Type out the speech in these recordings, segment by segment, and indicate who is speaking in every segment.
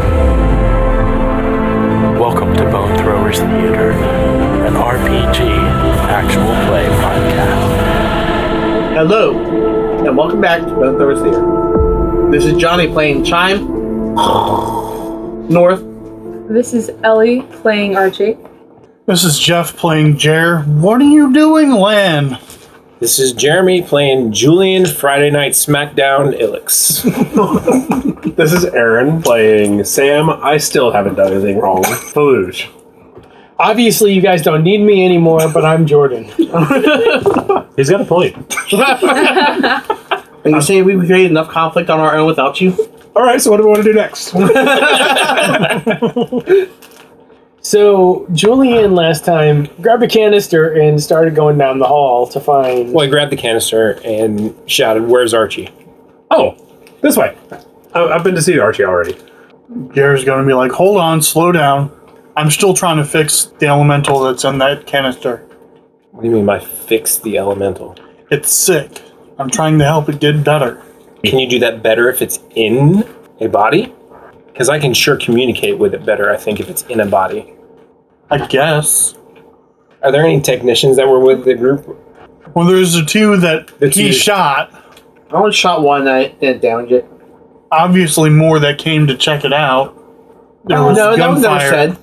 Speaker 1: Welcome to Bone Throwers Theater, an RPG actual play podcast.
Speaker 2: Hello, and welcome back to Bone Throwers Theater. This is Johnny playing Chime. North.
Speaker 3: This is Ellie playing Archie.
Speaker 4: This is Jeff playing Jer. What are you doing, Lan?
Speaker 5: This is Jeremy playing Julian Friday Night SmackDown Ilix.
Speaker 6: this is Aaron playing Sam. I still haven't done anything wrong. Faluge.
Speaker 7: Obviously, you guys don't need me anymore, but I'm Jordan.
Speaker 6: He's got a point.
Speaker 2: Are you saying we created enough conflict on our own without you?
Speaker 6: All right, so what do we want to do next?
Speaker 7: So Julian last time grabbed a canister and started going down the hall to find.
Speaker 5: Well, I grabbed the canister and shouted, "Where's Archie?"
Speaker 6: Oh, this way. I- I've been to see Archie already.
Speaker 4: Jared's gonna be like, "Hold on, slow down. I'm still trying to fix the elemental that's in that canister.
Speaker 5: What do you mean by fix the elemental?
Speaker 4: It's sick. I'm trying to help it get better."
Speaker 5: Can you do that better if it's in a body? Because I can sure communicate with it better. I think if it's in a body.
Speaker 4: I guess.
Speaker 5: Are there any technicians that were with the group?
Speaker 4: Well, there's the two that
Speaker 5: That's
Speaker 4: he
Speaker 5: you.
Speaker 4: shot.
Speaker 2: I only shot one and I downed it.
Speaker 4: Obviously, more that came to check it out. There
Speaker 2: Oh,
Speaker 4: was
Speaker 2: no, that was never
Speaker 4: gunfire.
Speaker 2: said.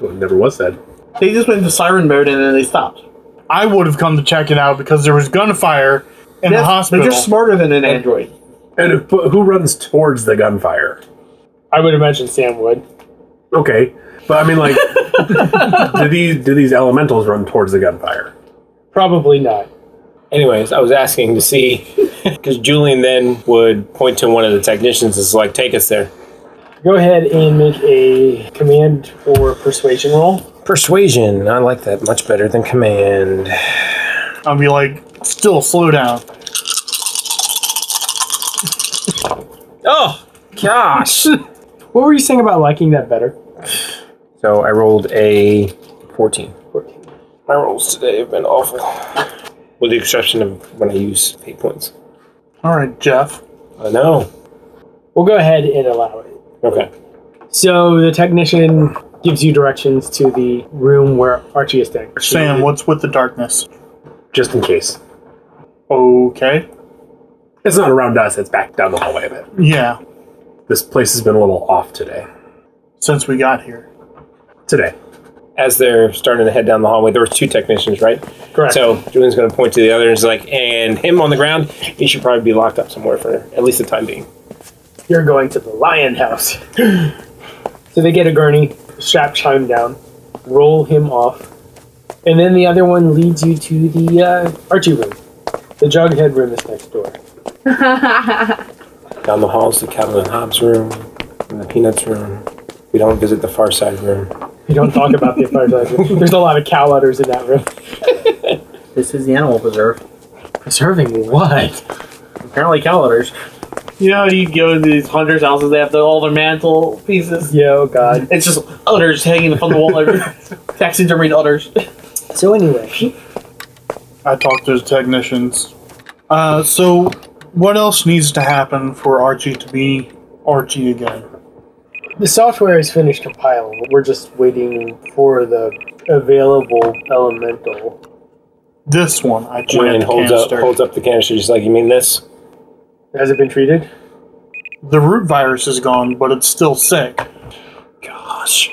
Speaker 6: Well, it never was said.
Speaker 2: They just went into siren mode and then they stopped.
Speaker 4: I would have come to check it out because there was gunfire in the
Speaker 2: Yes,
Speaker 4: hospital.
Speaker 2: They're just smarter than an android.
Speaker 6: And if, but who runs towards the gunfire?
Speaker 7: I would imagine Sam would.
Speaker 6: Okay, but I mean, like, do these do these elementals run towards the gunfire?
Speaker 7: Probably not.
Speaker 5: Anyways, I was asking to see because Julian then would point to one of the technicians and is like, "Take us there."
Speaker 7: Go ahead and make a command or persuasion roll.
Speaker 5: Persuasion. I like that much better than command.
Speaker 4: I'll be like, "Still, slow down."
Speaker 5: Oh gosh.
Speaker 7: What were you saying about liking that better?
Speaker 5: So I rolled a 14. My rolls today have been awful. With the exception of when I use pay points.
Speaker 4: All right, Jeff.
Speaker 5: I know.
Speaker 7: We'll go ahead and allow it.
Speaker 5: Okay.
Speaker 7: So the technician gives you directions to the room where Archie is staying.
Speaker 4: Sam, what's with the darkness?
Speaker 6: Just in case.
Speaker 4: Okay.
Speaker 6: It's not around us. It's back down the hallway a bit.
Speaker 4: Yeah.
Speaker 6: This place has been a little off today.
Speaker 4: Since we got here,
Speaker 6: Today.
Speaker 5: As they're starting to head down the hallway, there were two technicians, right?
Speaker 7: Correct.
Speaker 5: So Julian's going to point to the other and is like, and him on the ground, he should probably be locked up somewhere for at least the time being.
Speaker 7: You're going to the lion house. so they get a gurney, strap chime down, roll him off, and then the other one leads you to the uh, Archie room. The Jughead room is next door.
Speaker 5: Down the hall is the Calvin and Hobbes room and the Peanuts room. We don't visit the far side room.
Speaker 7: You don't talk about the fireplace. room. There's a lot of cow udders in that room.
Speaker 2: This is the animal preserve.
Speaker 7: Preserving what?
Speaker 2: Apparently, calendars. You know, you go to these hunters' houses, they have the, all their mantle pieces.
Speaker 7: Yo, God.
Speaker 2: It's just udders hanging from the wall. every- Taxidermied udders.
Speaker 7: So anyway,
Speaker 4: I talked to the technicians. Uh, so, what else needs to happen for Archie to be Archie again?
Speaker 7: the software is finished compiling. We're just waiting for the available elemental.
Speaker 4: This one, I
Speaker 5: Julian
Speaker 4: checked.
Speaker 5: holds up,
Speaker 4: canister.
Speaker 5: holds up the canister. He's like, you mean this?
Speaker 7: Has it been treated?
Speaker 4: The root virus is gone, but it's still sick.
Speaker 5: Gosh.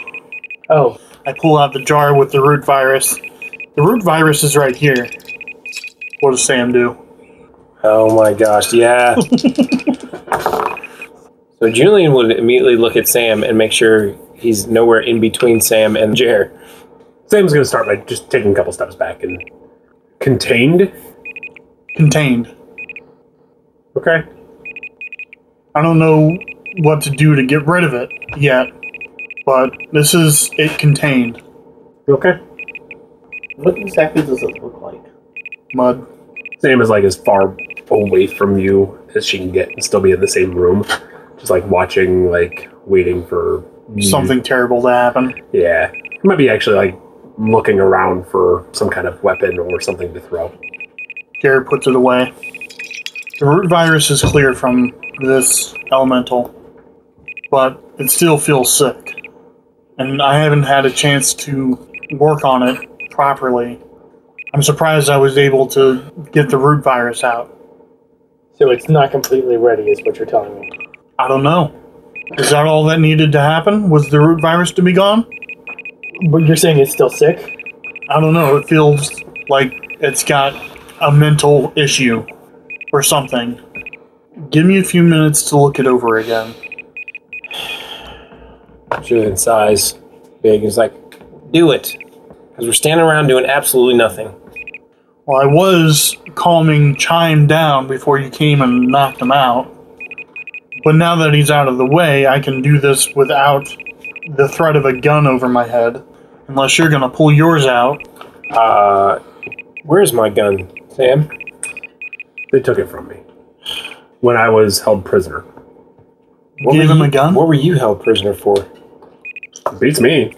Speaker 7: Oh,
Speaker 4: I pull out the jar with the root virus. The root virus is right here. What does Sam do?
Speaker 5: Oh my gosh, yeah. so Julian would immediately look at Sam and make sure he's nowhere in between Sam and Jer.
Speaker 6: Sam's going to start by just taking a couple steps back and contained.
Speaker 4: Contained.
Speaker 6: Okay.
Speaker 4: I don't know what to do to get rid of it yet, but this is it contained.
Speaker 6: Okay.
Speaker 2: What exactly does it look like?
Speaker 4: Mud.
Speaker 6: Sam is like as far away from you as she can get and still be in the same room. Just like watching, like waiting for you.
Speaker 4: Something terrible to happen.
Speaker 6: Yeah. He might be actually like looking around for some kind of weapon or something to throw.
Speaker 4: Garrett puts it away. The root virus is clear from this elemental, but it still feels sick. And I haven't had a chance to work on it properly. I'm surprised I was able to get the root virus out.
Speaker 7: So it's not completely ready, is what you're telling me.
Speaker 4: I don't know. Is that all that needed to happen? Was the root virus to be gone?
Speaker 7: But you're saying it's still sick?
Speaker 4: I don't know. It feels like it's got a mental issue or something. Give me a few minutes to look it over again.
Speaker 8: Julian sighs big. He's like, do it. Because we're standing around doing absolutely nothing.
Speaker 4: Well, I was calming Chime down before you came and knocked him out. But now that he's out of the way, I can do this without the threat of a gun over my head. Unless you're gonna pull yours out.
Speaker 8: Uh, where's my gun, Sam?
Speaker 6: They took it from me when I was held prisoner.
Speaker 8: What
Speaker 4: Give
Speaker 8: were
Speaker 4: him
Speaker 8: you-
Speaker 4: a gun?
Speaker 8: What were you held prisoner for?
Speaker 6: Beats me.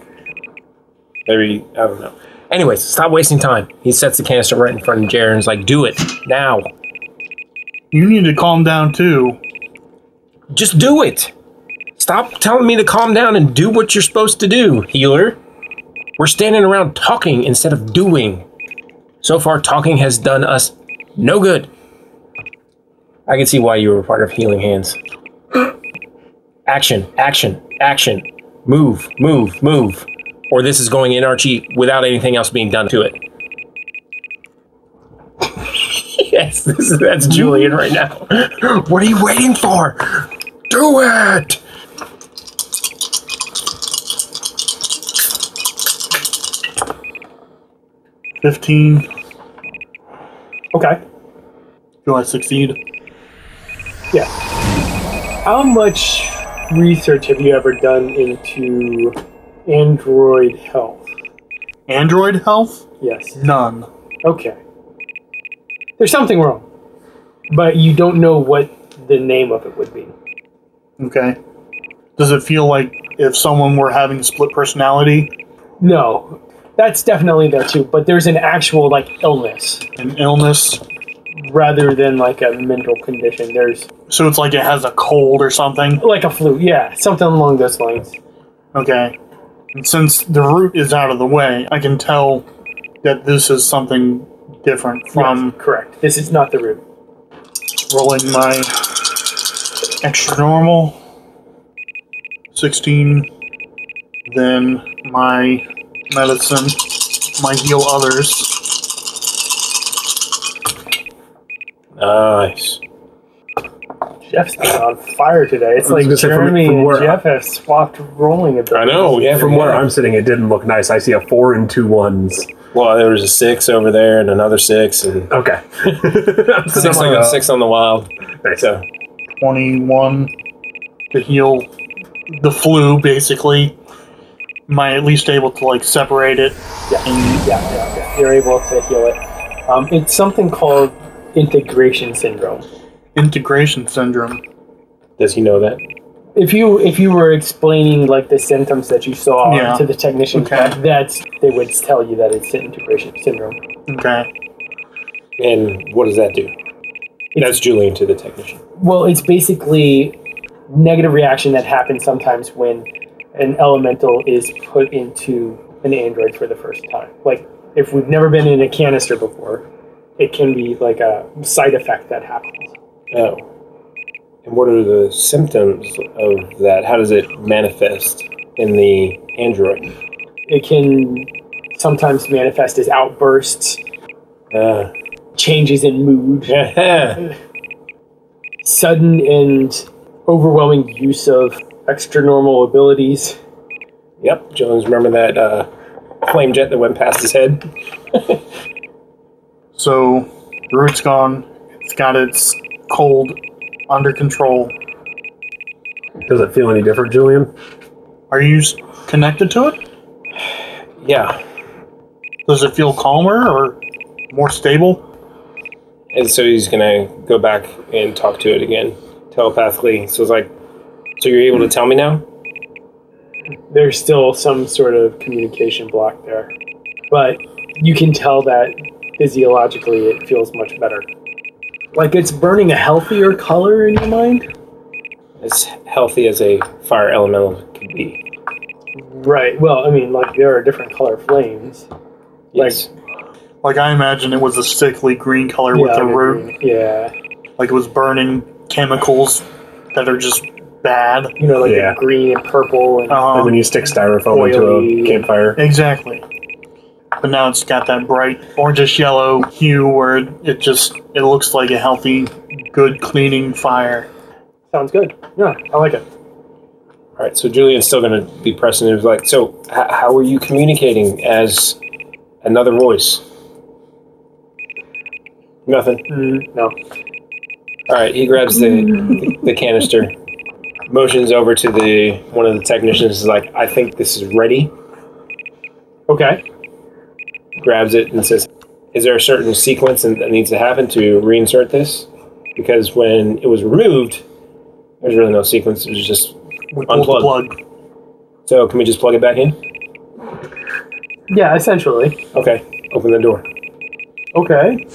Speaker 8: Maybe, I don't know. Anyways, stop wasting time. He sets the canister right in front of Jared and is like, do it now.
Speaker 4: You need to calm down too.
Speaker 8: Just do it. Stop telling me to calm down and do what you're supposed to do, healer. We're standing around talking instead of doing. So far, talking has done us no good. I can see why you were part of Healing Hands. Action, action, action. Move, move, move. Or this is going in Archie without anything else being done to it. yes, this is, that's Julian right now. What are you waiting for? Do it!
Speaker 4: Fifteen.
Speaker 7: Okay.
Speaker 4: Do I succeed?
Speaker 7: Yeah. How much research have you ever done into Android health?
Speaker 4: Android health?
Speaker 7: Yes.
Speaker 4: None.
Speaker 7: Okay. There's something wrong, but you don't know what the name of it would be.
Speaker 4: Okay. Does it feel like if someone were having split personality,
Speaker 7: No, that's definitely there too. But there's an actual like illness
Speaker 4: an illness?
Speaker 7: rather than like a mental condition. There's
Speaker 4: So it's like it has a cold or something?
Speaker 7: like a flu, yeah, something along those lines.
Speaker 4: Okay. And since the root is out of the way, I can tell that this is something different from
Speaker 7: Yes, Um, correct. This is not the root.
Speaker 4: rolling my extra normal 16, then my medicine, my heal others.
Speaker 8: Nice.
Speaker 7: Jeff's been on fire today. It's
Speaker 6: I was
Speaker 7: like
Speaker 6: gonna say, from-
Speaker 7: Jeremy
Speaker 6: from where-
Speaker 7: and Jeff have swapped rolling at the
Speaker 8: I know. Yeah,
Speaker 6: From where I'm sitting, it didn't look nice. I see a four and two ones.
Speaker 8: Well, there was a six over there and another six and
Speaker 6: Okay.
Speaker 8: six, on, the six on the wild.
Speaker 6: Nice.
Speaker 8: So
Speaker 4: 21 to heal the flu, basically. Am I at least able to like separate it? And
Speaker 7: Yeah, yeah, yeah. You're able to heal it. Um, it's something called integration syndrome.
Speaker 4: integration syndrome.
Speaker 8: does he know that?
Speaker 7: If you if you were explaining like the symptoms that you saw
Speaker 4: Yeah.
Speaker 7: to the technician,
Speaker 4: Okay.
Speaker 7: that- that's they would tell you that it's integration syndrome.
Speaker 4: Okay.
Speaker 8: And what does that do? That's Julian to the technician.
Speaker 7: Well, it's basically negative reaction that happens sometimes when an elemental is put into an android for the first time. Like if we've never been in a canister before, it can be like a side effect that happens.
Speaker 8: Oh. And what are the symptoms of that? How does it manifest in the android?
Speaker 7: It can sometimes manifest as outbursts,
Speaker 8: Uh,
Speaker 7: changes in mood,
Speaker 8: yeah.
Speaker 7: sudden and overwhelming use of extra normal abilities.
Speaker 8: Yep, Julian's remember that uh, flame jet that went past his head?
Speaker 4: So, the root's gone. It's got its cold under control.
Speaker 6: Does it feel any different, Julian?
Speaker 4: Are you s- connected to it?
Speaker 8: Yeah.
Speaker 4: Does it feel calmer or more stable?
Speaker 8: And so he's gonna go back and talk to it again telepathically. So it's like, so you're able to tell me now?
Speaker 7: There's still some sort of communication block there, but you can tell that physiologically it feels much better. Like it's burning a healthier color in your mind.
Speaker 8: As healthy as a fire elemental can be.
Speaker 7: Right. Well, I mean, like there are different color flames.
Speaker 8: Yes.
Speaker 4: Like I imagine it was a sickly green color
Speaker 7: Yeah,
Speaker 4: with a
Speaker 7: I
Speaker 4: root.
Speaker 7: agree. Yeah.
Speaker 4: Like it was burning chemicals that are just bad.
Speaker 7: You know, like
Speaker 6: Yeah.
Speaker 7: the green and purple and
Speaker 6: Like
Speaker 4: Um,
Speaker 6: when you stick styrofoam into
Speaker 7: Oily.
Speaker 6: a campfire.
Speaker 4: exactly. But now it's got that bright orangish yellow hue where it- it just it looks like a healthy, good cleaning fire.
Speaker 7: sounds good. Yeah, I like it.
Speaker 8: All right. So Julian's still gonna be pressing. It was like, so h- how are you communicating as another voice? Nothing.
Speaker 7: Mm, no.
Speaker 8: All right, he grabs the, the, canister, motions over to the one of the technicians. Is like, I think this is ready.
Speaker 7: Okay.
Speaker 8: Grabs it and says, "Is there a certain sequence and- that needs to happen to reinsert this? Because when it was removed, there's really no sequence. It was just
Speaker 4: We pulled the
Speaker 8: Unplug.
Speaker 4: plug.
Speaker 8: so. Can we just plug it back in?
Speaker 7: Yeah, essentially.
Speaker 8: Okay, open the door.
Speaker 7: Okay.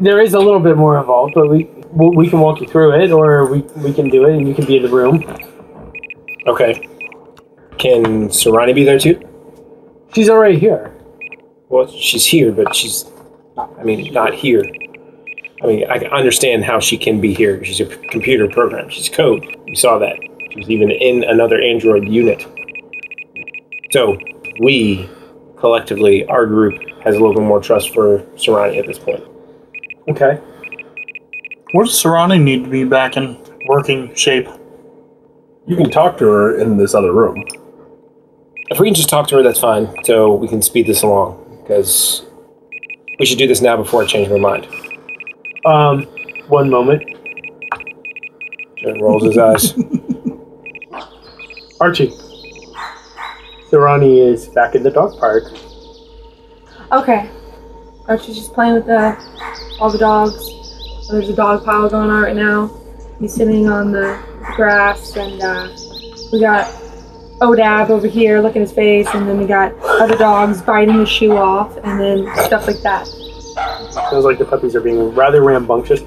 Speaker 7: There is a little bit more involved, but we we we can walk you through it, or we, we can do it, and you can be in the room.
Speaker 8: Okay. Can Serrani be there too?
Speaker 7: She's already here.
Speaker 8: Well, she's here, but she's, I mean, not here. I mean, I can understand how she can be here. She's a p- computer program. She's code. We saw that. She was even in another android unit. So we, collectively, our group has a little bit more trust for Serrani at this point.
Speaker 7: Okay.
Speaker 4: What does Serrani need to be back in working shape?
Speaker 6: You can talk to her in this other room.
Speaker 8: If we can just talk to her, that's fine. So we can speed this along because we should do this now before I change my mind.
Speaker 7: Um, one moment.
Speaker 8: Joe rolls his eyes.
Speaker 7: Archie. Serrani is back in the dog park.
Speaker 3: Okay. Archie's just playing with the all the dogs. There's a dog pile going on right now. He's sitting on the grass, and uh, we got Odab over here looking his face, and then we got other dogs biting his shoe off, and then stuff like that.
Speaker 7: Sounds like the puppies are being rather rambunctious.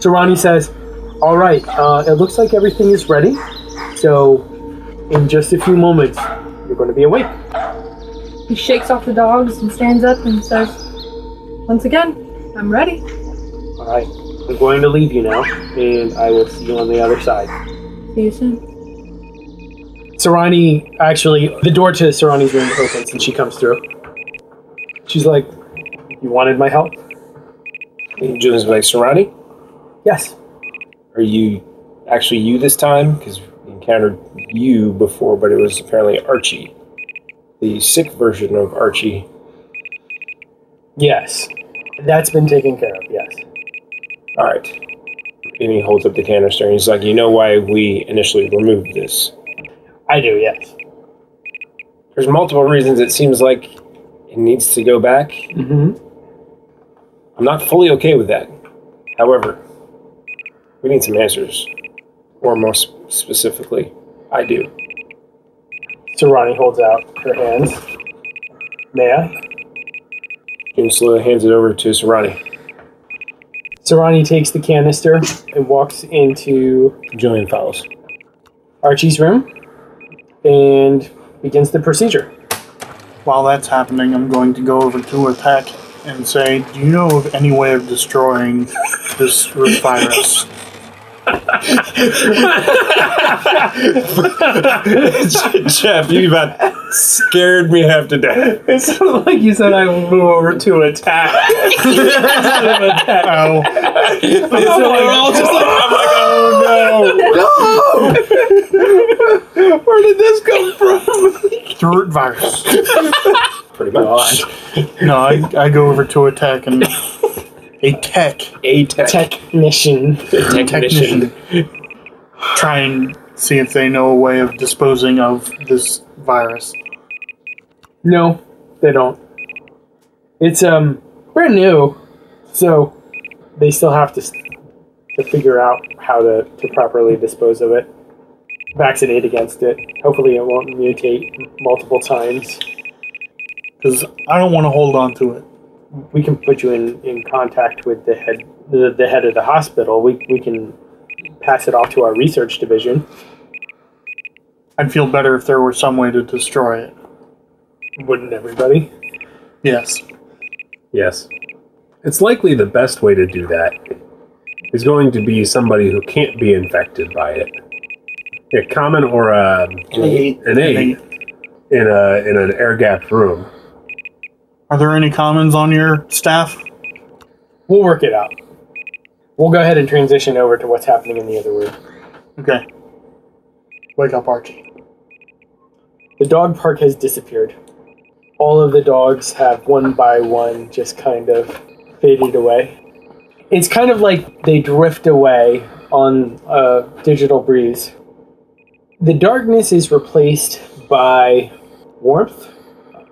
Speaker 7: Serrani says, All right, uh, it looks like everything is ready. So, in just a few moments, you're going to be awake.
Speaker 3: He shakes off the dogs and stands up and says, "Once again, I'm ready."
Speaker 7: All right, I'm going to leave you now, and I will see you on the other side.
Speaker 3: See you soon.
Speaker 7: Serrani, actually, the door to Serrani's room opens and she comes through. She's like, You wanted my help?
Speaker 8: Julian's like, Serrani?
Speaker 7: Yes.
Speaker 8: Are you actually you this time? Because we encountered you before, but it was apparently Archie, the sick version of Archie.
Speaker 7: Yes. That's been taken care of, yes.
Speaker 8: All right. And he holds up the canister and he's like, You know why we initially removed this?
Speaker 7: I do, yes.
Speaker 8: There's multiple reasons it seems like it needs to go back.
Speaker 7: Mm-hmm.
Speaker 8: I'm not fully okay with that. However, we need some answers. Or more s- specifically, I do.
Speaker 7: Serrani holds out her hands. May I?
Speaker 8: June slowly hands it over to Serrani.
Speaker 7: Serrani takes the canister and walks into
Speaker 8: Julian follows.
Speaker 7: Archie's room and begins the procedure.
Speaker 4: While that's happening, I'm going to go over to attack and say, "Do you know of any way of destroying this root virus?"
Speaker 8: Jeff, you about scared me half to death.
Speaker 2: It sounded like you said I would move over to attack.
Speaker 4: oh,
Speaker 2: we're all just like,
Speaker 6: oh,
Speaker 4: the root virus.
Speaker 8: Pretty much.
Speaker 4: No, I, I go over to attack and attack
Speaker 8: A tech,
Speaker 7: Technician.
Speaker 8: technician.
Speaker 4: technician. Try and see if they know a way of disposing of this virus.
Speaker 7: No, they don't. It's um brand new, so they still have to s- to figure out how to, to properly dispose of it, vaccinate against it. Hopefully, it won't mutate multiple times.
Speaker 4: Because I don't want to hold on to it.
Speaker 7: We can put you in, in contact with the head the, the head of the hospital. We we can pass it off to our research division.
Speaker 4: I'd feel better if there were some way to destroy it.
Speaker 7: Wouldn't everybody?
Speaker 4: Yes.
Speaker 6: Yes. It's likely the best way to do that is going to be somebody who can't be infected by it. A common or a, an aid in a in an air gapped room.
Speaker 4: Are there any comments on your staff?
Speaker 7: We'll work it out. We'll go ahead and transition over to what's happening in the other room.
Speaker 4: Okay. Wake up, Archie.
Speaker 7: The dog park has disappeared. All of the dogs have one by one just kind of faded away. It's kind of like they drift away on a digital breeze. The darkness is replaced by warmth,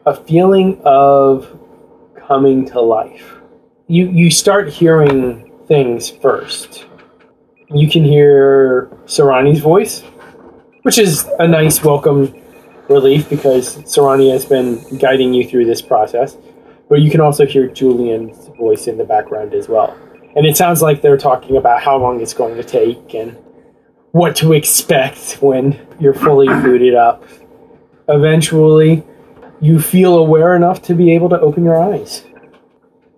Speaker 7: a feeling of coming to life. You you start hearing things first. You can hear Sarani's voice, which is a nice welcome relief because Sarani has been guiding you through this process. But you can also hear Julian's voice in the background as well. And it sounds like they're talking about how long it's going to take and what to expect when you're fully booted up. Eventually, you feel aware enough to be able to open your eyes.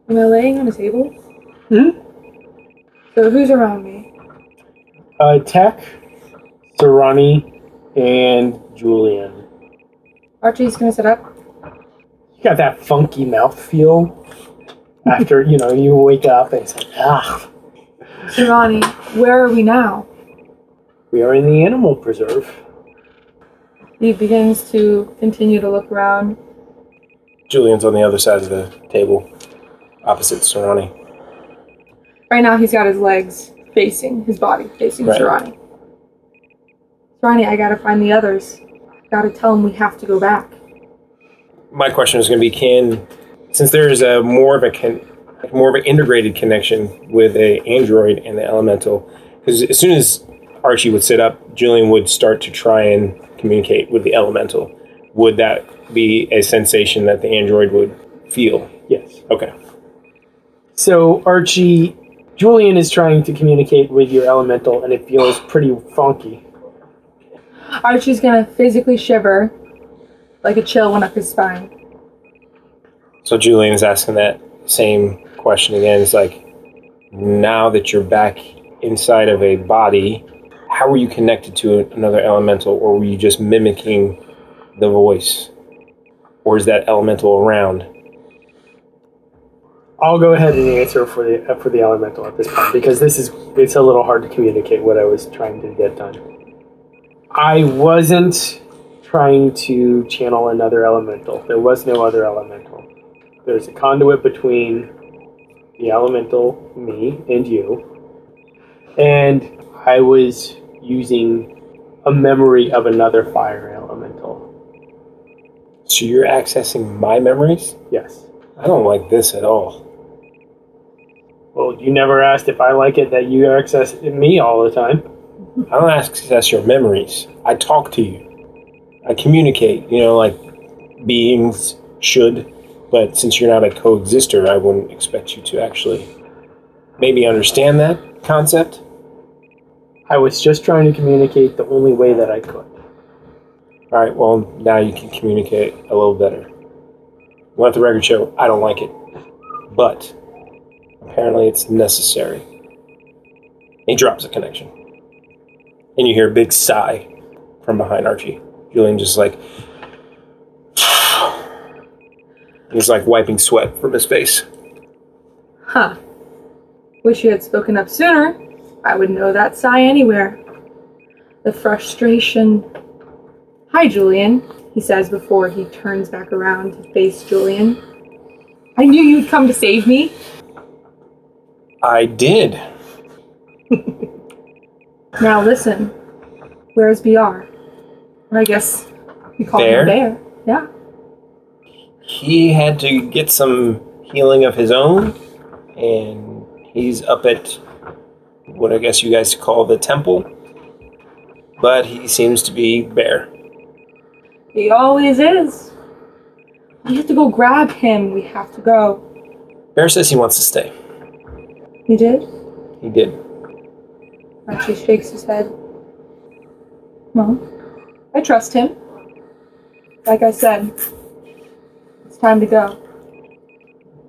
Speaker 3: Am I laying on a table?
Speaker 7: Mhm.
Speaker 3: So who's around me?
Speaker 7: Uh, Tech, Sarani, and Julian.
Speaker 3: Archie's gonna sit up.
Speaker 7: You got that funky mouth feel after, you know, you wake up and it's like, ah,
Speaker 3: Shirani, where are we now?
Speaker 7: We are in the animal preserve.
Speaker 3: He begins to continue to look around.
Speaker 8: Julian's on the other side of the table, opposite Serrani.
Speaker 3: Right now, he's got his legs facing his body, facing
Speaker 8: Right.
Speaker 3: Shirani. Shirani, I gotta find the others. Gotta tell them we have to go back.
Speaker 8: My question is going to be: Can, since there's a more of a con, more of an integrated connection with a android and the elemental, because as soon as Archie would sit up, Julian would start to try and communicate with the elemental. Would that be a sensation that the android would feel?
Speaker 7: Yes.
Speaker 8: Okay.
Speaker 7: So, Archie, Julian is trying to communicate with your elemental, and it feels pretty funky.
Speaker 3: Archie's gonna physically shiver, like a chill went up his spine.
Speaker 8: So Julian's asking that same question again. It's like, now that you're back inside of a body, how were you connected to another elemental, or were you just mimicking the voice, or is that elemental around?
Speaker 7: I'll go ahead and answer for the uh, for the elemental at this point because this is it's a little hard to communicate what I was trying to get done. I wasn't trying to channel another elemental. There was no other elemental. There's a conduit between the elemental, me, and you. And I was using a memory of another fire elemental.
Speaker 8: So you're accessing my memories?
Speaker 7: Yes.
Speaker 8: I don't like this at all.
Speaker 7: Well, you never asked if I like it that you access me all the time.
Speaker 8: I don't access your memories. I talk to you. I communicate, you know, like beings should, but since you're not a coexister, I wouldn't expect you to actually maybe understand that concept.
Speaker 7: I was just trying to communicate the only way that I could.
Speaker 8: All right, well, now you can communicate a little better. Let the record show I don't like it, but apparently it's necessary. He drops a connection. And you hear a big sigh from behind Archie. Julian just like. He's like wiping sweat from his face.
Speaker 3: Huh. Wish you had spoken up sooner. I would know that sigh anywhere. The frustration. Hi, Julian, he says before he turns back around to face Julian. I knew you'd come to save me.
Speaker 8: I did.
Speaker 3: Now listen. Where's BR? Or I guess we call him Bear. Yeah.
Speaker 8: He had to get some healing of his own, and he's up at what I guess you guys call the temple. But he seems to be bare.
Speaker 3: He always is. We have to go grab him. We have to go.
Speaker 8: Bear says he wants to stay.
Speaker 3: You did?
Speaker 8: He did.
Speaker 3: Archie shakes his head. Well, I trust him. Like I said, it's time to go.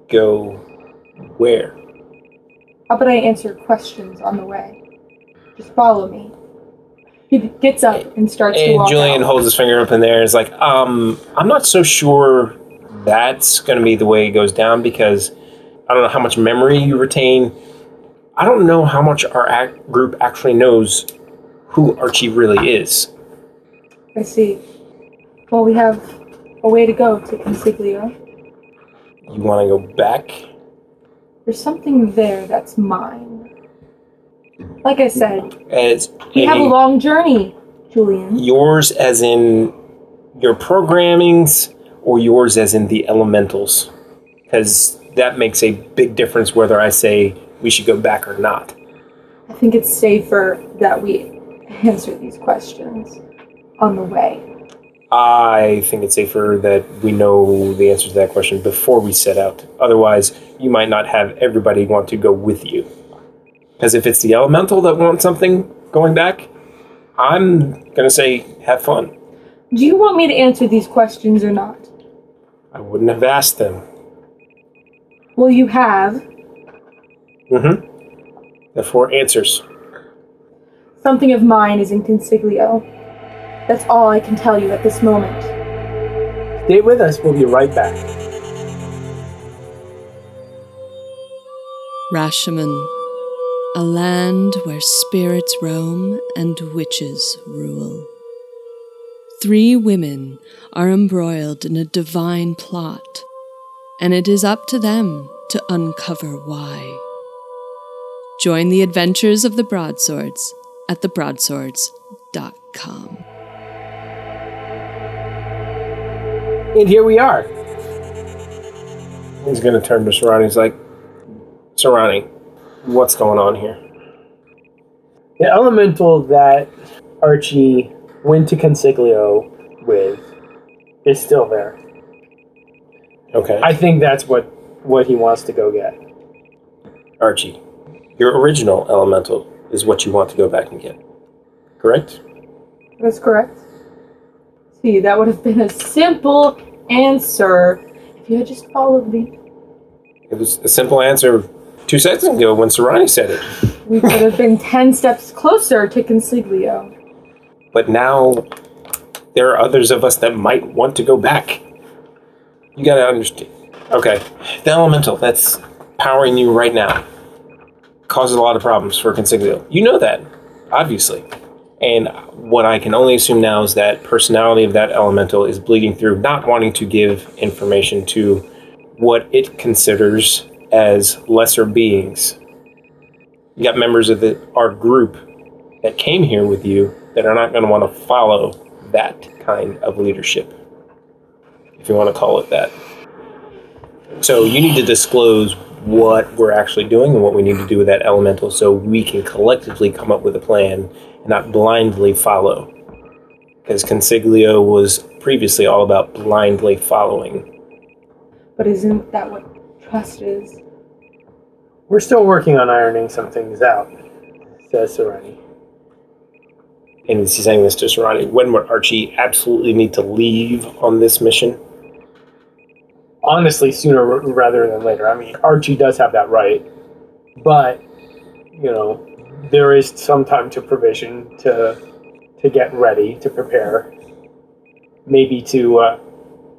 Speaker 8: Go where?
Speaker 3: How about I answer questions on the way? Just follow me. He gets up and starts to
Speaker 8: And
Speaker 3: walk
Speaker 8: Julian
Speaker 3: out.
Speaker 8: holds his finger up in there and is like, um, I'm not so sure that's going to be the way it goes down because I don't know how much memory you retain. I don't know how much our ac- group actually knows who Archie really is.
Speaker 3: I see. Well, we have a way to go to Consiglio.
Speaker 8: You want to go back?
Speaker 3: There's something there that's mine. Like I said,
Speaker 8: As
Speaker 3: we have a
Speaker 8: any-
Speaker 3: long journey, Julian.
Speaker 8: yours as in your programmings or yours as in the elementals? Because that makes a big difference whether I say we should go back or not.
Speaker 3: I think it's safer that we answer these questions on the way.
Speaker 8: I think it's safer that we know the answer to that question before we set out. Otherwise, you might not have everybody want to go with you. Because if it's the elemental that wants something going back, I'm going to say have fun.
Speaker 3: Do you want me to answer these questions or not?
Speaker 8: I wouldn't have asked them.
Speaker 3: Well, you have
Speaker 8: Mm-hmm. The four answers.
Speaker 3: something of mine is in Consiglio. That's all I can tell you at this moment.
Speaker 7: Stay with us. We'll be right back.
Speaker 9: Rashomon, a land where spirits roam and witches rule. Three women are embroiled in a divine plot, and it is up to them to uncover why. Join the adventures of the Broadswords at thebroadswords.com.
Speaker 7: And here we are.
Speaker 8: He's going to turn to Sarani. He's like, Sarani, what's going on here?
Speaker 7: The elemental that Archie went to Consiglio with is still there.
Speaker 8: Okay.
Speaker 7: I think that's what what he wants to go get.
Speaker 8: Archie, your original elemental is what you want to go back and get. Correct?
Speaker 3: That's correct. See, that would have been a simple answer if you had just followed me.
Speaker 8: It was a simple answer two seconds ago when Sarani said it.
Speaker 3: We could have been 10 steps closer to Consiglio.
Speaker 8: But now there are others of us that might want to go back. You gotta understand. Okay. The elemental that's powering you right now causes a lot of problems for Consiglio. You know that, obviously. And what I can only assume now is that personality of that elemental is bleeding through, not wanting to give information to what it considers as lesser beings. You got members of the, our group that came here with you that are not going to want to follow that kind of leadership, if you want to call it that. So you need to disclose what we're actually doing and what we need to do with that elemental so we can collectively come up with a plan and not blindly follow. Because Consiglio was previously all about blindly following.
Speaker 3: But isn't that what trust is?
Speaker 7: We're still working on ironing some things out, says Sereni.
Speaker 8: And he's saying this to Serrani. When would Archie absolutely need to leave on this mission?
Speaker 7: Honestly, sooner r- rather than later. I mean, Archie does have that right, but you know, there is some time to provision to to get ready, to prepare, maybe to uh,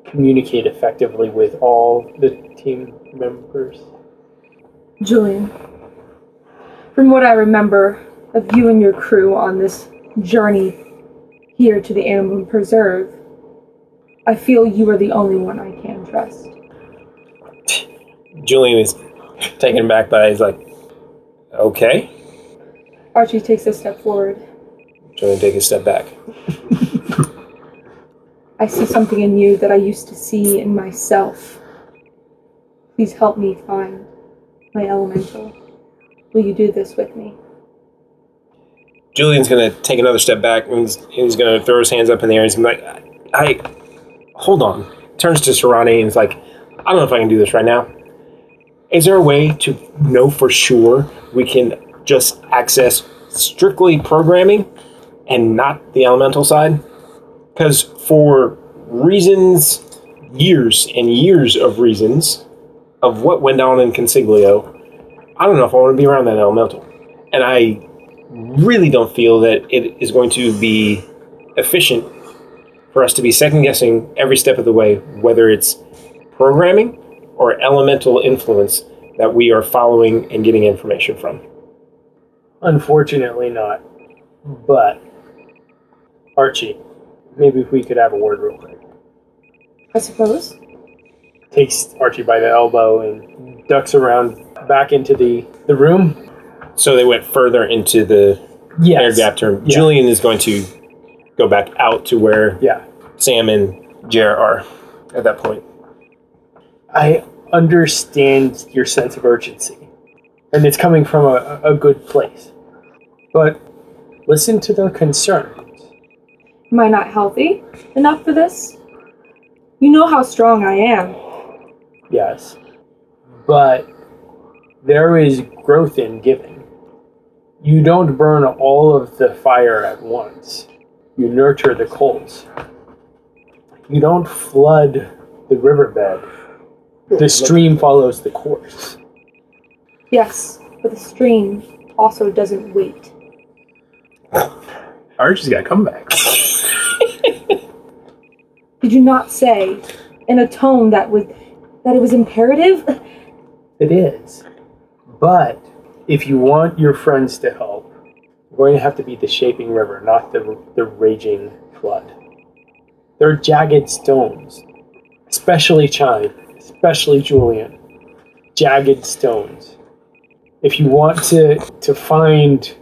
Speaker 7: communicate effectively with all the team members.
Speaker 3: Julian, from what I remember of you and your crew on this journey here to the Animal Preserve, I feel you are the only one I can trust.
Speaker 8: Julian is taken back by it. He's like, okay.
Speaker 3: Archie takes a step forward.
Speaker 8: Trying to take a step back.
Speaker 3: I see something in you that I used to see in myself. Please help me find my elemental. Will you do this with me?
Speaker 8: Julian's gonna take another step back and he's, he's gonna throw his hands up in the air. And he's gonna be like, I, I- hold on. Turns to Serrani and is like, I don't know if I can do this right now. Is there a way to know for sure we can just access strictly programming and not the elemental side? Because for reasons, years and years of reasons of what went on in Consiglio, I don't know if I want to be around that elemental. And I really don't feel that it is going to be efficient for us to be second guessing every step of the way whether it's programming or elemental influence that we are following and getting information from.
Speaker 7: Unfortunately, not. But Archie, maybe if we could have a word real quick.
Speaker 3: I suppose.
Speaker 7: Takes Archie by the elbow and ducks around back into the the room.
Speaker 8: So they went further into the
Speaker 7: Yes.
Speaker 8: air gap term.
Speaker 7: Yeah.
Speaker 8: Julian is going to go back out to where
Speaker 7: Yeah.
Speaker 8: Sam and Jer are at that point.
Speaker 7: I understand your sense of urgency, and it's coming from a, a good place. But listen to their concerns.
Speaker 3: Am I not healthy enough for this? You know how strong I am.
Speaker 7: Yes. But there is growth in giving. You don't burn all of the fire at once, you nurture the coals. You don't flood the riverbed, the stream follows the course.
Speaker 3: Yes, but the stream also doesn't wait.
Speaker 6: Archie's got comebacks.
Speaker 3: Did you not say in a tone that would that it was imperative?
Speaker 7: It is. But if you want your friends to help, you're going to have to be the shaping river, not the, the raging flood. They're jagged stones, especially Chine, especially Julian. Jagged stones. If you want to, to find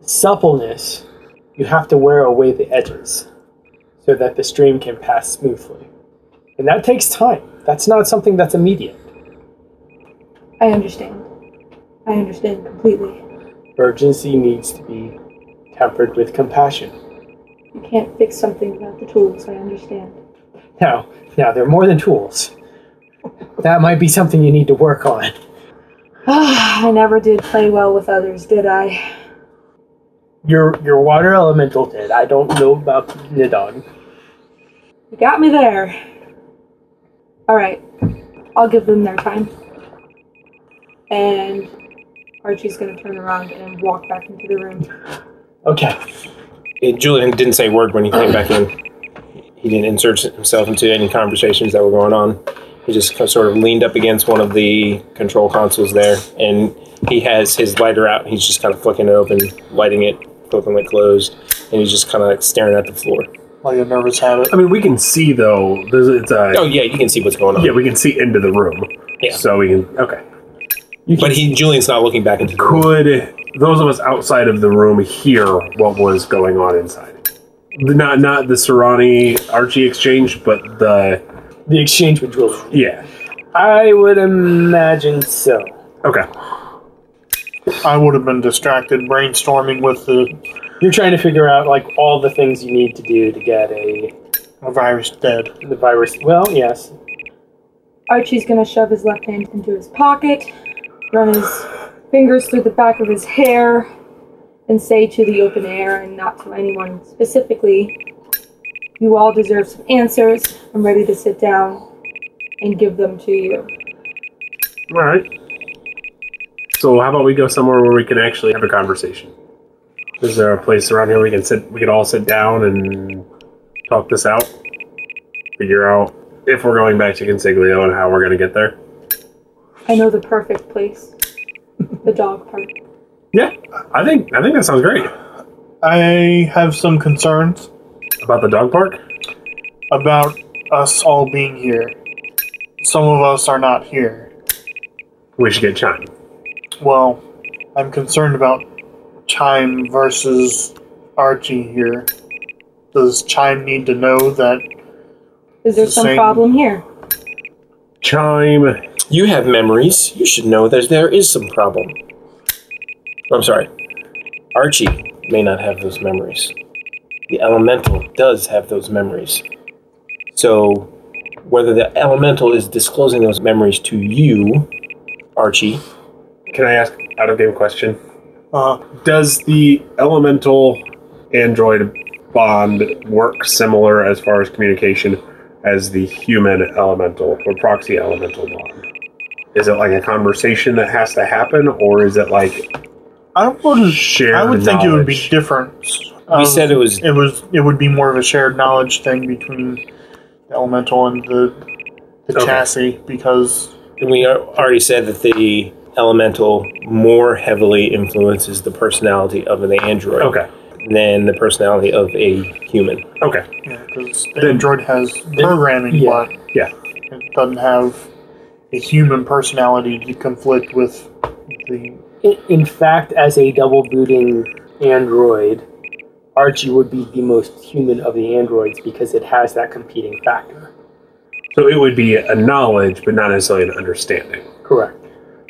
Speaker 7: suppleness, you have to wear away the edges so that the stream can pass smoothly. And that takes time. That's not something that's immediate.
Speaker 3: I understand. I understand completely.
Speaker 7: urgency needs to be tempered with compassion.
Speaker 3: You can't fix something without the tools, I understand.
Speaker 7: Now, now they're more than tools. That might be something you need to work on.
Speaker 3: Ah, I never did play well with others, did I?
Speaker 7: Your your water elemental did. I don't know about Nidog.
Speaker 3: You got me there. Alright. I'll give them their time. And Archie's gonna turn around and walk back into the room.
Speaker 7: Okay.
Speaker 8: And Julian didn't say a word when he came back in. He didn't insert himself into any conversations that were going on. He just kind of sort of leaned up against one of the control consoles there, and he has his lighter out. He's just kind of flicking it open, lighting it, flipping it closed, and he's just kind of like staring at the floor.
Speaker 4: Like a nervous habit.
Speaker 6: I mean, we can see though. There's, it's uh,
Speaker 8: Oh yeah, you can see what's going on.
Speaker 6: yeah, we can see into the room.
Speaker 8: Yeah.
Speaker 6: So we can. Okay.
Speaker 8: but he Julian's not looking back into the room.
Speaker 6: Could those of us outside of the room hear what was going on inside? Not not the Serrani Archie exchange, but the
Speaker 7: The exchange with Julian.
Speaker 6: yeah.
Speaker 7: I would imagine so.
Speaker 6: Okay.
Speaker 4: I would have been distracted brainstorming with the
Speaker 7: You're trying to figure out like all the things you need to do to get a
Speaker 4: a virus dead.
Speaker 7: the virus. Well, yes.
Speaker 3: Archie's gonna shove his left hand into his pocket, run his fingers through the back of his hair, and say to the open air and not to anyone specifically, You all deserve some answers. I'm ready to sit down and give them to you.
Speaker 6: All right. So how about we go somewhere where we can actually have a conversation? Is there a place around here we can sit? We can all sit down and talk this out. Figure out if we're going back to Consiglio and how we're going to get there.
Speaker 3: I know the perfect place the dog park.
Speaker 6: Yeah, I think I think that sounds great.
Speaker 4: I have some concerns
Speaker 6: About the dog park.
Speaker 4: about us all being here. Some of us are not here.
Speaker 6: We should get Chime.
Speaker 4: Well, I'm concerned about Chime versus Archie here. Does Chime need to know that?
Speaker 3: Is there
Speaker 4: the
Speaker 3: some
Speaker 4: same-
Speaker 3: problem here?
Speaker 6: Chime.
Speaker 8: You have memories. You should know that there is some problem. I'm sorry. Archie may not have those memories. The elemental does have those memories. So, whether the elemental is disclosing those memories to you, Archie,
Speaker 6: Can I ask out of game question?
Speaker 4: Uh,
Speaker 6: Does the elemental android bond work similar as far as communication as the human elemental or proxy elemental bond? Is it like a conversation that has to happen, or is it like
Speaker 4: Hmm, I would.
Speaker 6: shared?
Speaker 4: I would think it would be
Speaker 6: knowledge?
Speaker 4: different.
Speaker 8: we
Speaker 4: Um,
Speaker 8: said it was
Speaker 4: it was. It would be more of a shared knowledge thing between the elemental and the the
Speaker 6: Okay.
Speaker 4: chassis because
Speaker 8: And we al- already said that the elemental more heavily influences the personality of an android
Speaker 6: Okay.
Speaker 8: than the personality of a human.
Speaker 6: Okay.
Speaker 4: Yeah, because the android has programming,
Speaker 7: yeah.
Speaker 4: but
Speaker 6: Yeah.
Speaker 4: it doesn't have a human personality to conflict with the.
Speaker 7: In, in fact, as a double booting android, Archie would be the most human of the androids because it has that competing factor.
Speaker 6: So it would be a knowledge, but not necessarily an understanding.
Speaker 7: Correct.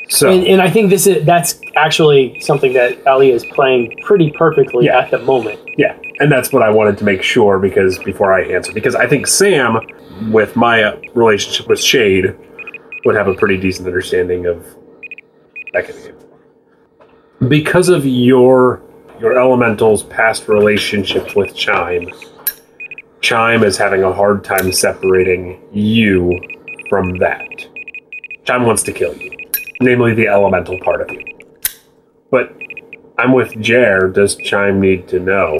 Speaker 6: So
Speaker 7: And, and I think this is that's actually something that Ali is playing pretty perfectly
Speaker 6: Yeah.
Speaker 7: at the moment.
Speaker 6: Yeah, and that's what I wanted to make sure because before I answer, because I think Sam, with my uh, relationship with Shade, would have a pretty decent understanding of that kind of game. Because of your your elemental's past relationship with Chime, Chime is having a hard time separating you from that. Chime wants to kill you, namely the elemental part of you. But I'm with Jer. Does Chime need to know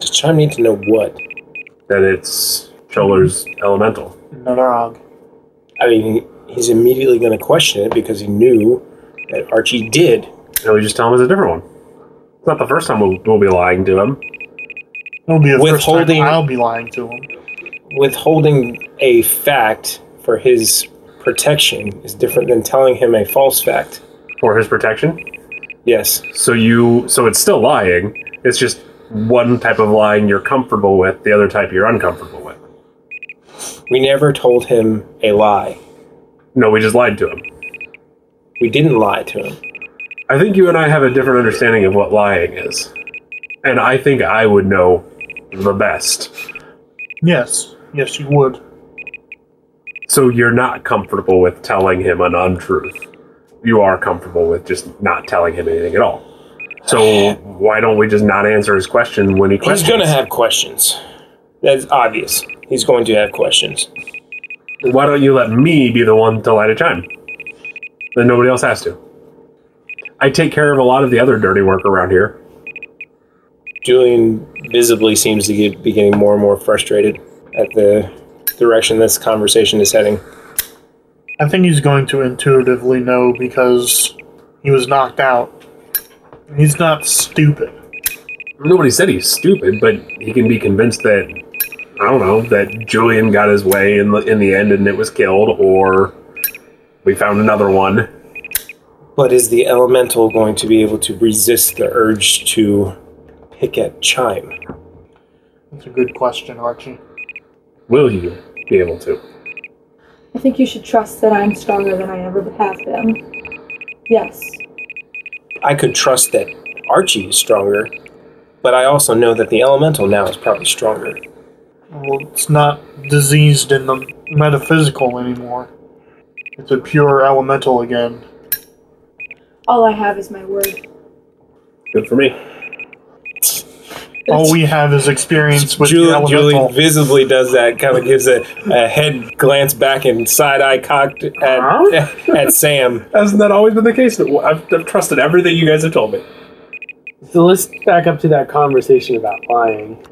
Speaker 8: Does Chime need to know what?
Speaker 6: that it's Chiller's elemental?
Speaker 4: Narog.
Speaker 8: I mean, he's immediately going to question it because he knew that Archie did.
Speaker 6: So we just tell him it's a different one. It's not the first time we'll, we'll be lying to him.
Speaker 4: It'll be the first
Speaker 8: Withholding-
Speaker 4: time I'll be lying to him.
Speaker 8: Withholding a fact for his protection is different than telling him a false fact.
Speaker 6: For his protection.
Speaker 8: Yes.
Speaker 6: So you, so it's still lying. It's just one type of lying you're comfortable with, the other type you're uncomfortable with.
Speaker 8: We never told him a lie.
Speaker 6: No, we just lied to him.
Speaker 8: We didn't lie to him.
Speaker 6: I think you and I have a different understanding of what lying is. And I think I would know the best.
Speaker 4: Yes, yes, you would.
Speaker 6: So you're not comfortable with telling him an untruth. You are comfortable with just not telling him anything at all. So why don't we just not answer his question when he questions?
Speaker 8: He's going to have questions. That's obvious. He's going to have questions.
Speaker 6: Why don't you let me be the one to light a chime? Then nobody else has to. I take care of a lot of the other dirty work around here.
Speaker 8: Julian visibly seems to get, be getting more and more frustrated at the direction this conversation is heading.
Speaker 4: I think he's going to intuitively know because he was knocked out. He's not stupid.
Speaker 6: Nobody said he's stupid, but he can be convinced that I don't know that Julian got his way in the in the end and it was killed, or we found another one.
Speaker 8: But is the elemental going to be able to resist the urge to pick at chime?
Speaker 4: That's a good question, Archie.
Speaker 6: Will you be able to?
Speaker 3: I think you should trust that I'm stronger than I ever have been. Yes.
Speaker 8: I could trust that Archie is stronger, but I also know that the elemental now is probably stronger.
Speaker 4: Well, it's not diseased in the metaphysical anymore. It's a pure elemental again.
Speaker 3: All I have is my word.
Speaker 6: Good for me.
Speaker 4: All we have is experience with the
Speaker 8: Julian,
Speaker 4: elemental.
Speaker 8: Julian visibly does that, kind of gives a, a head glance back and side eye cocked at,
Speaker 6: Huh?
Speaker 8: at Sam.
Speaker 6: Hasn't that always been the case? I've, I've trusted everything you guys have told me.
Speaker 7: So let's back up to that conversation about lying.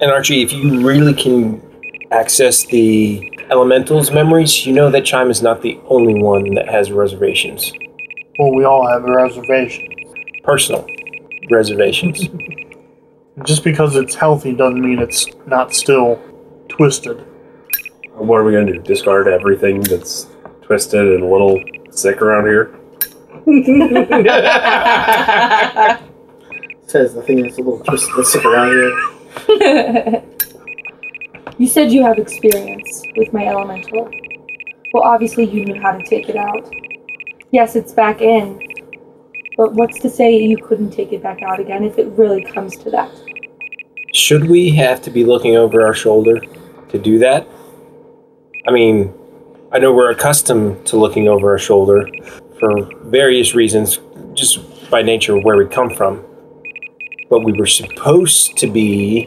Speaker 8: And Archie, if you really can access the elemental's memories, you know that Chime is not the only one that has reservations.
Speaker 4: Well, we all have a reservation.
Speaker 8: Personal reservations.
Speaker 4: Just because it's healthy doesn't mean it's not still twisted.
Speaker 6: What are we gonna do? Discard everything that's twisted and a little sick around here?
Speaker 2: Says the thing that's a little twisted that's sitting around here.
Speaker 3: you said you have experience with my elemental. Well, obviously, you knew how to take it out. Yes, it's back in. But what's to say you couldn't take it back out again if it really comes to that?
Speaker 8: Should we have to be looking over our shoulder to do that? I mean, I know we're accustomed to looking over our shoulder for various reasons, just by nature of where we come from. But we were supposed to be,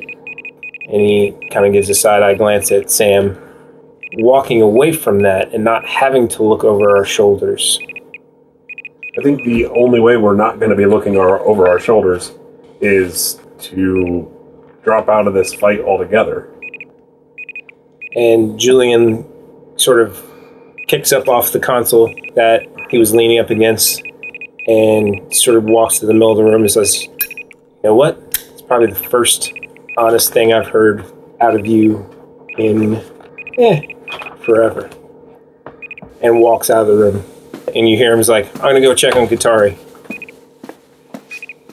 Speaker 8: and he kind of gives a side eye glance at Sam, walking away from that and not having to look over our shoulders.
Speaker 6: I think the only way we're not going to be looking our, over our shoulders is to drop out of this fight altogether.
Speaker 8: and Julian sort of kicks up off the console that he was leaning up against and sort of walks to the middle of the room and says, You know what? It's probably the first honest thing I've heard out of you in eh, forever. And walks out of the room. And you hear him, he's like, I'm going to go check on Katari.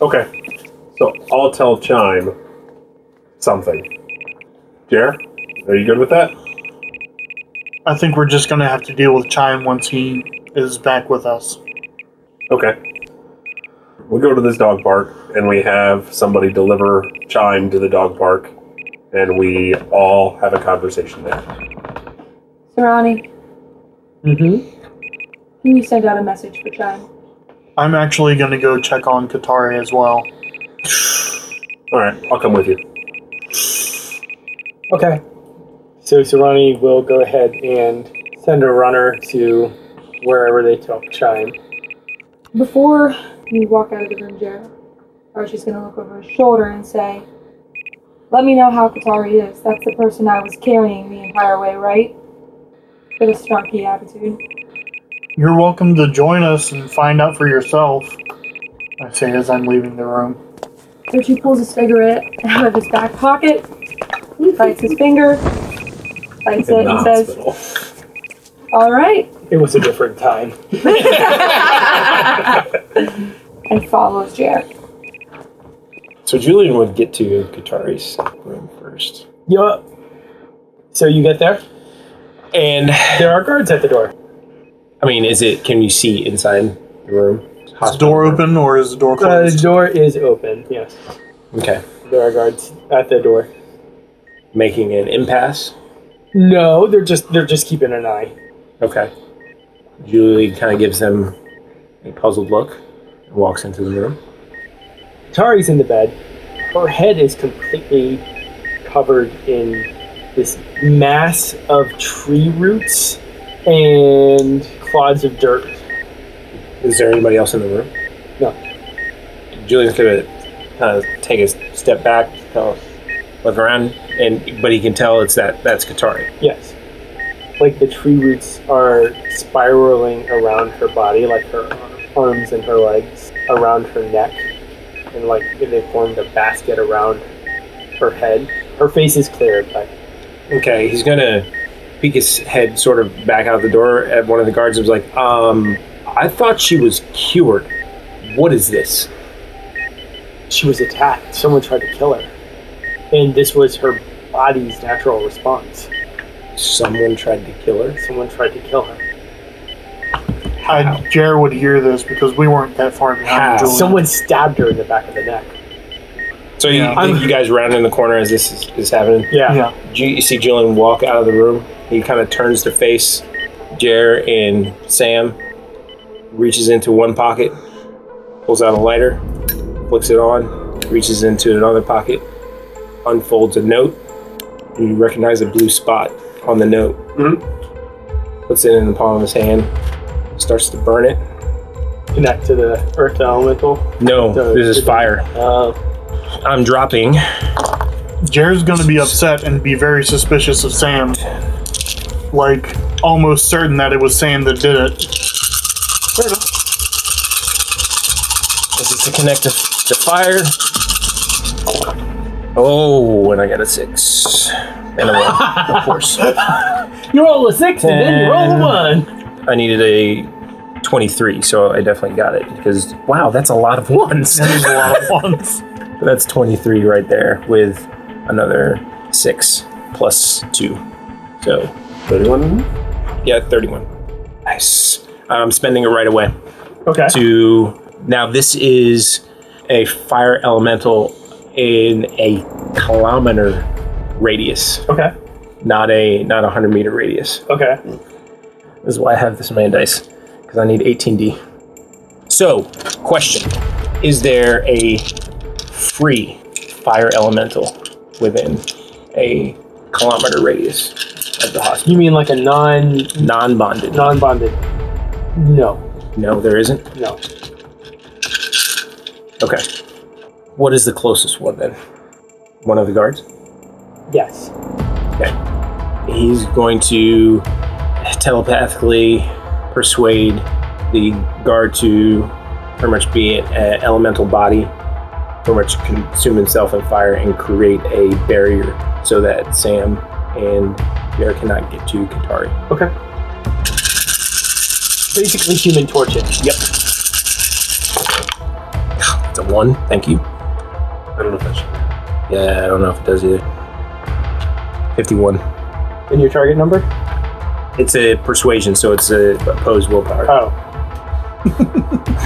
Speaker 6: Okay, so I'll tell Chime something. Jer, are you good with that?
Speaker 4: I think we're just gonna have to deal with Chime once he is back with us.
Speaker 6: Okay. We go to this dog park and we have somebody deliver Chime to the dog park and we all have a conversation there.
Speaker 3: Sarani,
Speaker 7: Mm-hmm.
Speaker 3: can you send out a message for Chime?
Speaker 4: I'm actually gonna go check on Katari as well.
Speaker 6: All right, I'll come with you.
Speaker 7: Okay. So Sarani will go ahead and send a runner to wherever they took Chime.
Speaker 3: Before you walk out of the room, Jared, Archie's going to look over his shoulder and say, Let me know how Katari is. That's the person I was carrying the entire way, right? With a snarky attitude.
Speaker 4: You're welcome to join us and find out for yourself. I say as I'm leaving the room.
Speaker 3: Archie pulls a cigarette out of his back pocket, bites his finger, bites it, and says, All right.
Speaker 7: It was a different time.
Speaker 3: And follows Jared.
Speaker 8: So Julian would get to Katari's room first.
Speaker 7: Yup. So you get there?
Speaker 8: And,
Speaker 7: There are guards at the door.
Speaker 8: I mean, is it, can you see inside the room?
Speaker 4: Is the door open or is the door
Speaker 7: Uh, The
Speaker 4: closed?
Speaker 7: door is open. Yes.
Speaker 8: Okay.
Speaker 7: There are guards at the door.
Speaker 8: Making an impasse.
Speaker 7: No, they're just they're just keeping an eye.
Speaker 8: Okay. Julie kind of gives them a puzzled look and walks into the room.
Speaker 7: Tari's in the bed. Her head is completely covered in this mass of tree roots and clods of dirt.
Speaker 8: Is there anybody else in the room?
Speaker 7: No.
Speaker 8: Julian's gonna kind of take a step back, kind of look around, and but he can tell it's that that's Katari.
Speaker 7: Yes. Like the tree roots are spiraling around her body, like her arms and her legs, around her neck, and like they formed a basket around her head. Her face is cleared, but
Speaker 8: Okay, he's gonna peek his head sort of back out the door at one of the guards. and was like, um, I thought she was cured. What is this?
Speaker 7: she was attacked. Someone tried to kill her. And this was her body's natural response.
Speaker 8: Someone tried to kill her.
Speaker 7: Someone tried to kill her.
Speaker 4: I, Jer would hear this because we weren't that far
Speaker 8: How?
Speaker 4: behind. Julian.
Speaker 7: Someone stabbed her in the back of the neck.
Speaker 8: So you,
Speaker 7: I'm-
Speaker 8: you guys round in the corner as this is, is happening.
Speaker 4: Yeah.
Speaker 8: Ju- You see Julian walk out of the room. He kind of turns to face Jer and Sam, reaches into one pocket, pulls out a lighter, flicks it on, reaches into another pocket, unfolds a note, and you recognize a blue spot on the note. Puts it in the palm of his hand, starts to burn it.
Speaker 7: Connect to the earth elemental.
Speaker 8: No, this is fire.
Speaker 7: Uh,
Speaker 8: I'm dropping.
Speaker 4: Jer's gonna be upset and be very suspicious of Sam. Like, almost certain that it was Sam that did it.
Speaker 8: Is it to connect to, to fire? Oh, and I got a six. And a one, of course.
Speaker 7: you roll a six and then you roll a one.
Speaker 8: I needed a 23, so I definitely got it because wow, that's a lot of ones.
Speaker 4: There's a lot of ones.
Speaker 8: that's 23 right there with another 6 plus 2. So
Speaker 6: 31?
Speaker 8: yeah, 31. Nice. I'm spending it right away
Speaker 7: Okay.
Speaker 8: to now this is a fire elemental in a kilometer radius
Speaker 7: Okay.
Speaker 8: not a not a 100 meter radius
Speaker 7: Okay.
Speaker 8: this is why i have this man dice because i need 18d so question is there a free fire elemental within a kilometer radius of the hospital
Speaker 7: You mean like a non
Speaker 8: non-bonded
Speaker 7: non bonded? No.
Speaker 8: no there isn't
Speaker 7: No.
Speaker 8: okay what is the closest one then one of the guards
Speaker 7: Yes.
Speaker 8: he's going to telepathically persuade the guard to pretty much be an elemental body, pretty much consume himself in fire and create a barrier so that Sam and Yara cannot get to Katari.
Speaker 7: Okay. Basically, human torture.
Speaker 8: It's a one, thank you.
Speaker 6: I don't know if that's
Speaker 8: Yeah, I don't know if it does either. 51.
Speaker 7: And your target number?
Speaker 8: It's a persuasion, so it's a opposed willpower.
Speaker 7: Oh.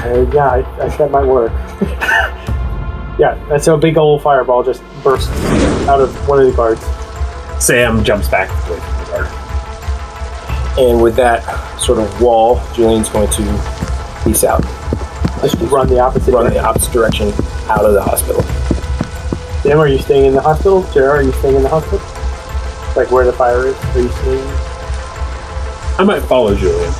Speaker 7: Uh, yeah, I, I, that might work. yeah, that's a big old fireball just bursts out of one of the guards.
Speaker 6: Sam jumps back away from the guard.
Speaker 8: And with that sort of wall, Julian's going to peace out.
Speaker 7: Just run the opposite
Speaker 8: run
Speaker 7: way.
Speaker 8: the opposite direction out of the hospital.
Speaker 7: Sam, are you staying in the hospital? Jara, are you staying in the hospital? Like where the fire is? Are you staying?
Speaker 6: I might follow Julian.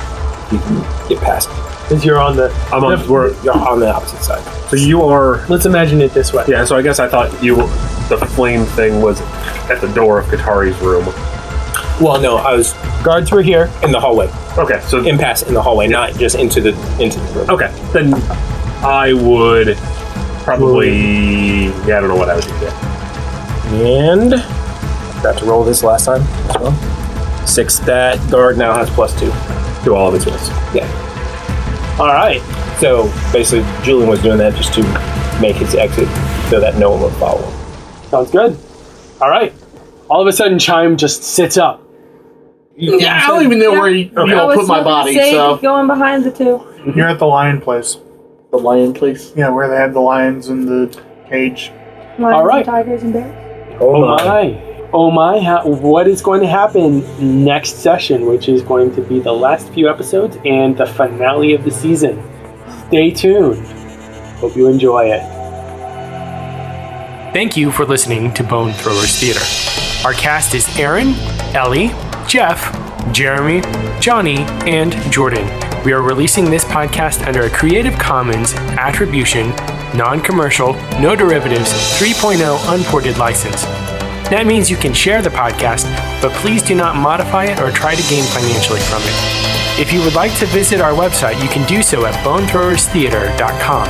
Speaker 8: You can get past. it.
Speaker 7: Because you're on the.
Speaker 6: I'm on. We're,
Speaker 8: You're on the opposite side.
Speaker 6: so you are.
Speaker 7: Let's imagine it this way.
Speaker 6: Yeah. So I guess I thought you. The flame thing was at the door of Katari's room.
Speaker 8: Well, no, I was
Speaker 7: Guards were here.
Speaker 8: in the hallway,
Speaker 6: Okay. So
Speaker 8: impasse in the hallway, not just into the into the room.
Speaker 6: Okay, then I would probably. Yeah, I don't know what I would do there.
Speaker 8: And got to roll this last time as well. Six. That guard now has plus two.
Speaker 6: Do all of his rolls.
Speaker 8: Yeah.
Speaker 7: All right.
Speaker 8: So basically, Julian was doing that just to make his exit so that no one would follow him.
Speaker 7: Sounds good. All right. All of a sudden, Chime just sits up.
Speaker 2: Yeah, I don't even know where you, you
Speaker 3: I
Speaker 2: know,
Speaker 3: was
Speaker 2: put my
Speaker 3: hoping to
Speaker 2: body.
Speaker 3: say
Speaker 2: So
Speaker 3: going behind the two.
Speaker 4: You're at the lion place.
Speaker 2: the lion, please.
Speaker 4: Mm-hmm. Yeah, where they have the lions in the cage.
Speaker 3: Lions
Speaker 7: All
Speaker 3: and
Speaker 7: right.
Speaker 3: tigers and bears.
Speaker 8: Oh,
Speaker 7: my. Oh my. Ha- what is going to happen next session, which is going to be the last few episodes and the finale of the season? Stay tuned. Hope you enjoy it.
Speaker 10: Thank you for listening to Bone Throwers Theater. Our cast is Aaron, Ellie, Jeff, Jeremy, Johnny, and Jordan. We are releasing this podcast under a Creative Commons Attribution, Non Commercial, No Derivatives 3.0 Unported license. That means you can share the podcast, but please do not modify it or try to gain financially from it. If you would like to visit our website, you can do so at bonethrowerstheater.com.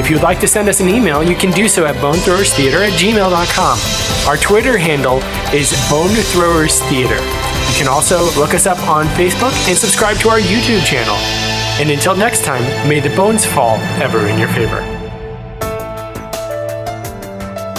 Speaker 10: If you would like to send us an email, you can do so at bonethrowerstheater at gmail.com. Our Twitter handle is bonethrowerstheater. You can also look us up on Facebook and subscribe to our YouTube channel. And until next time, may the bones fall ever in your favor.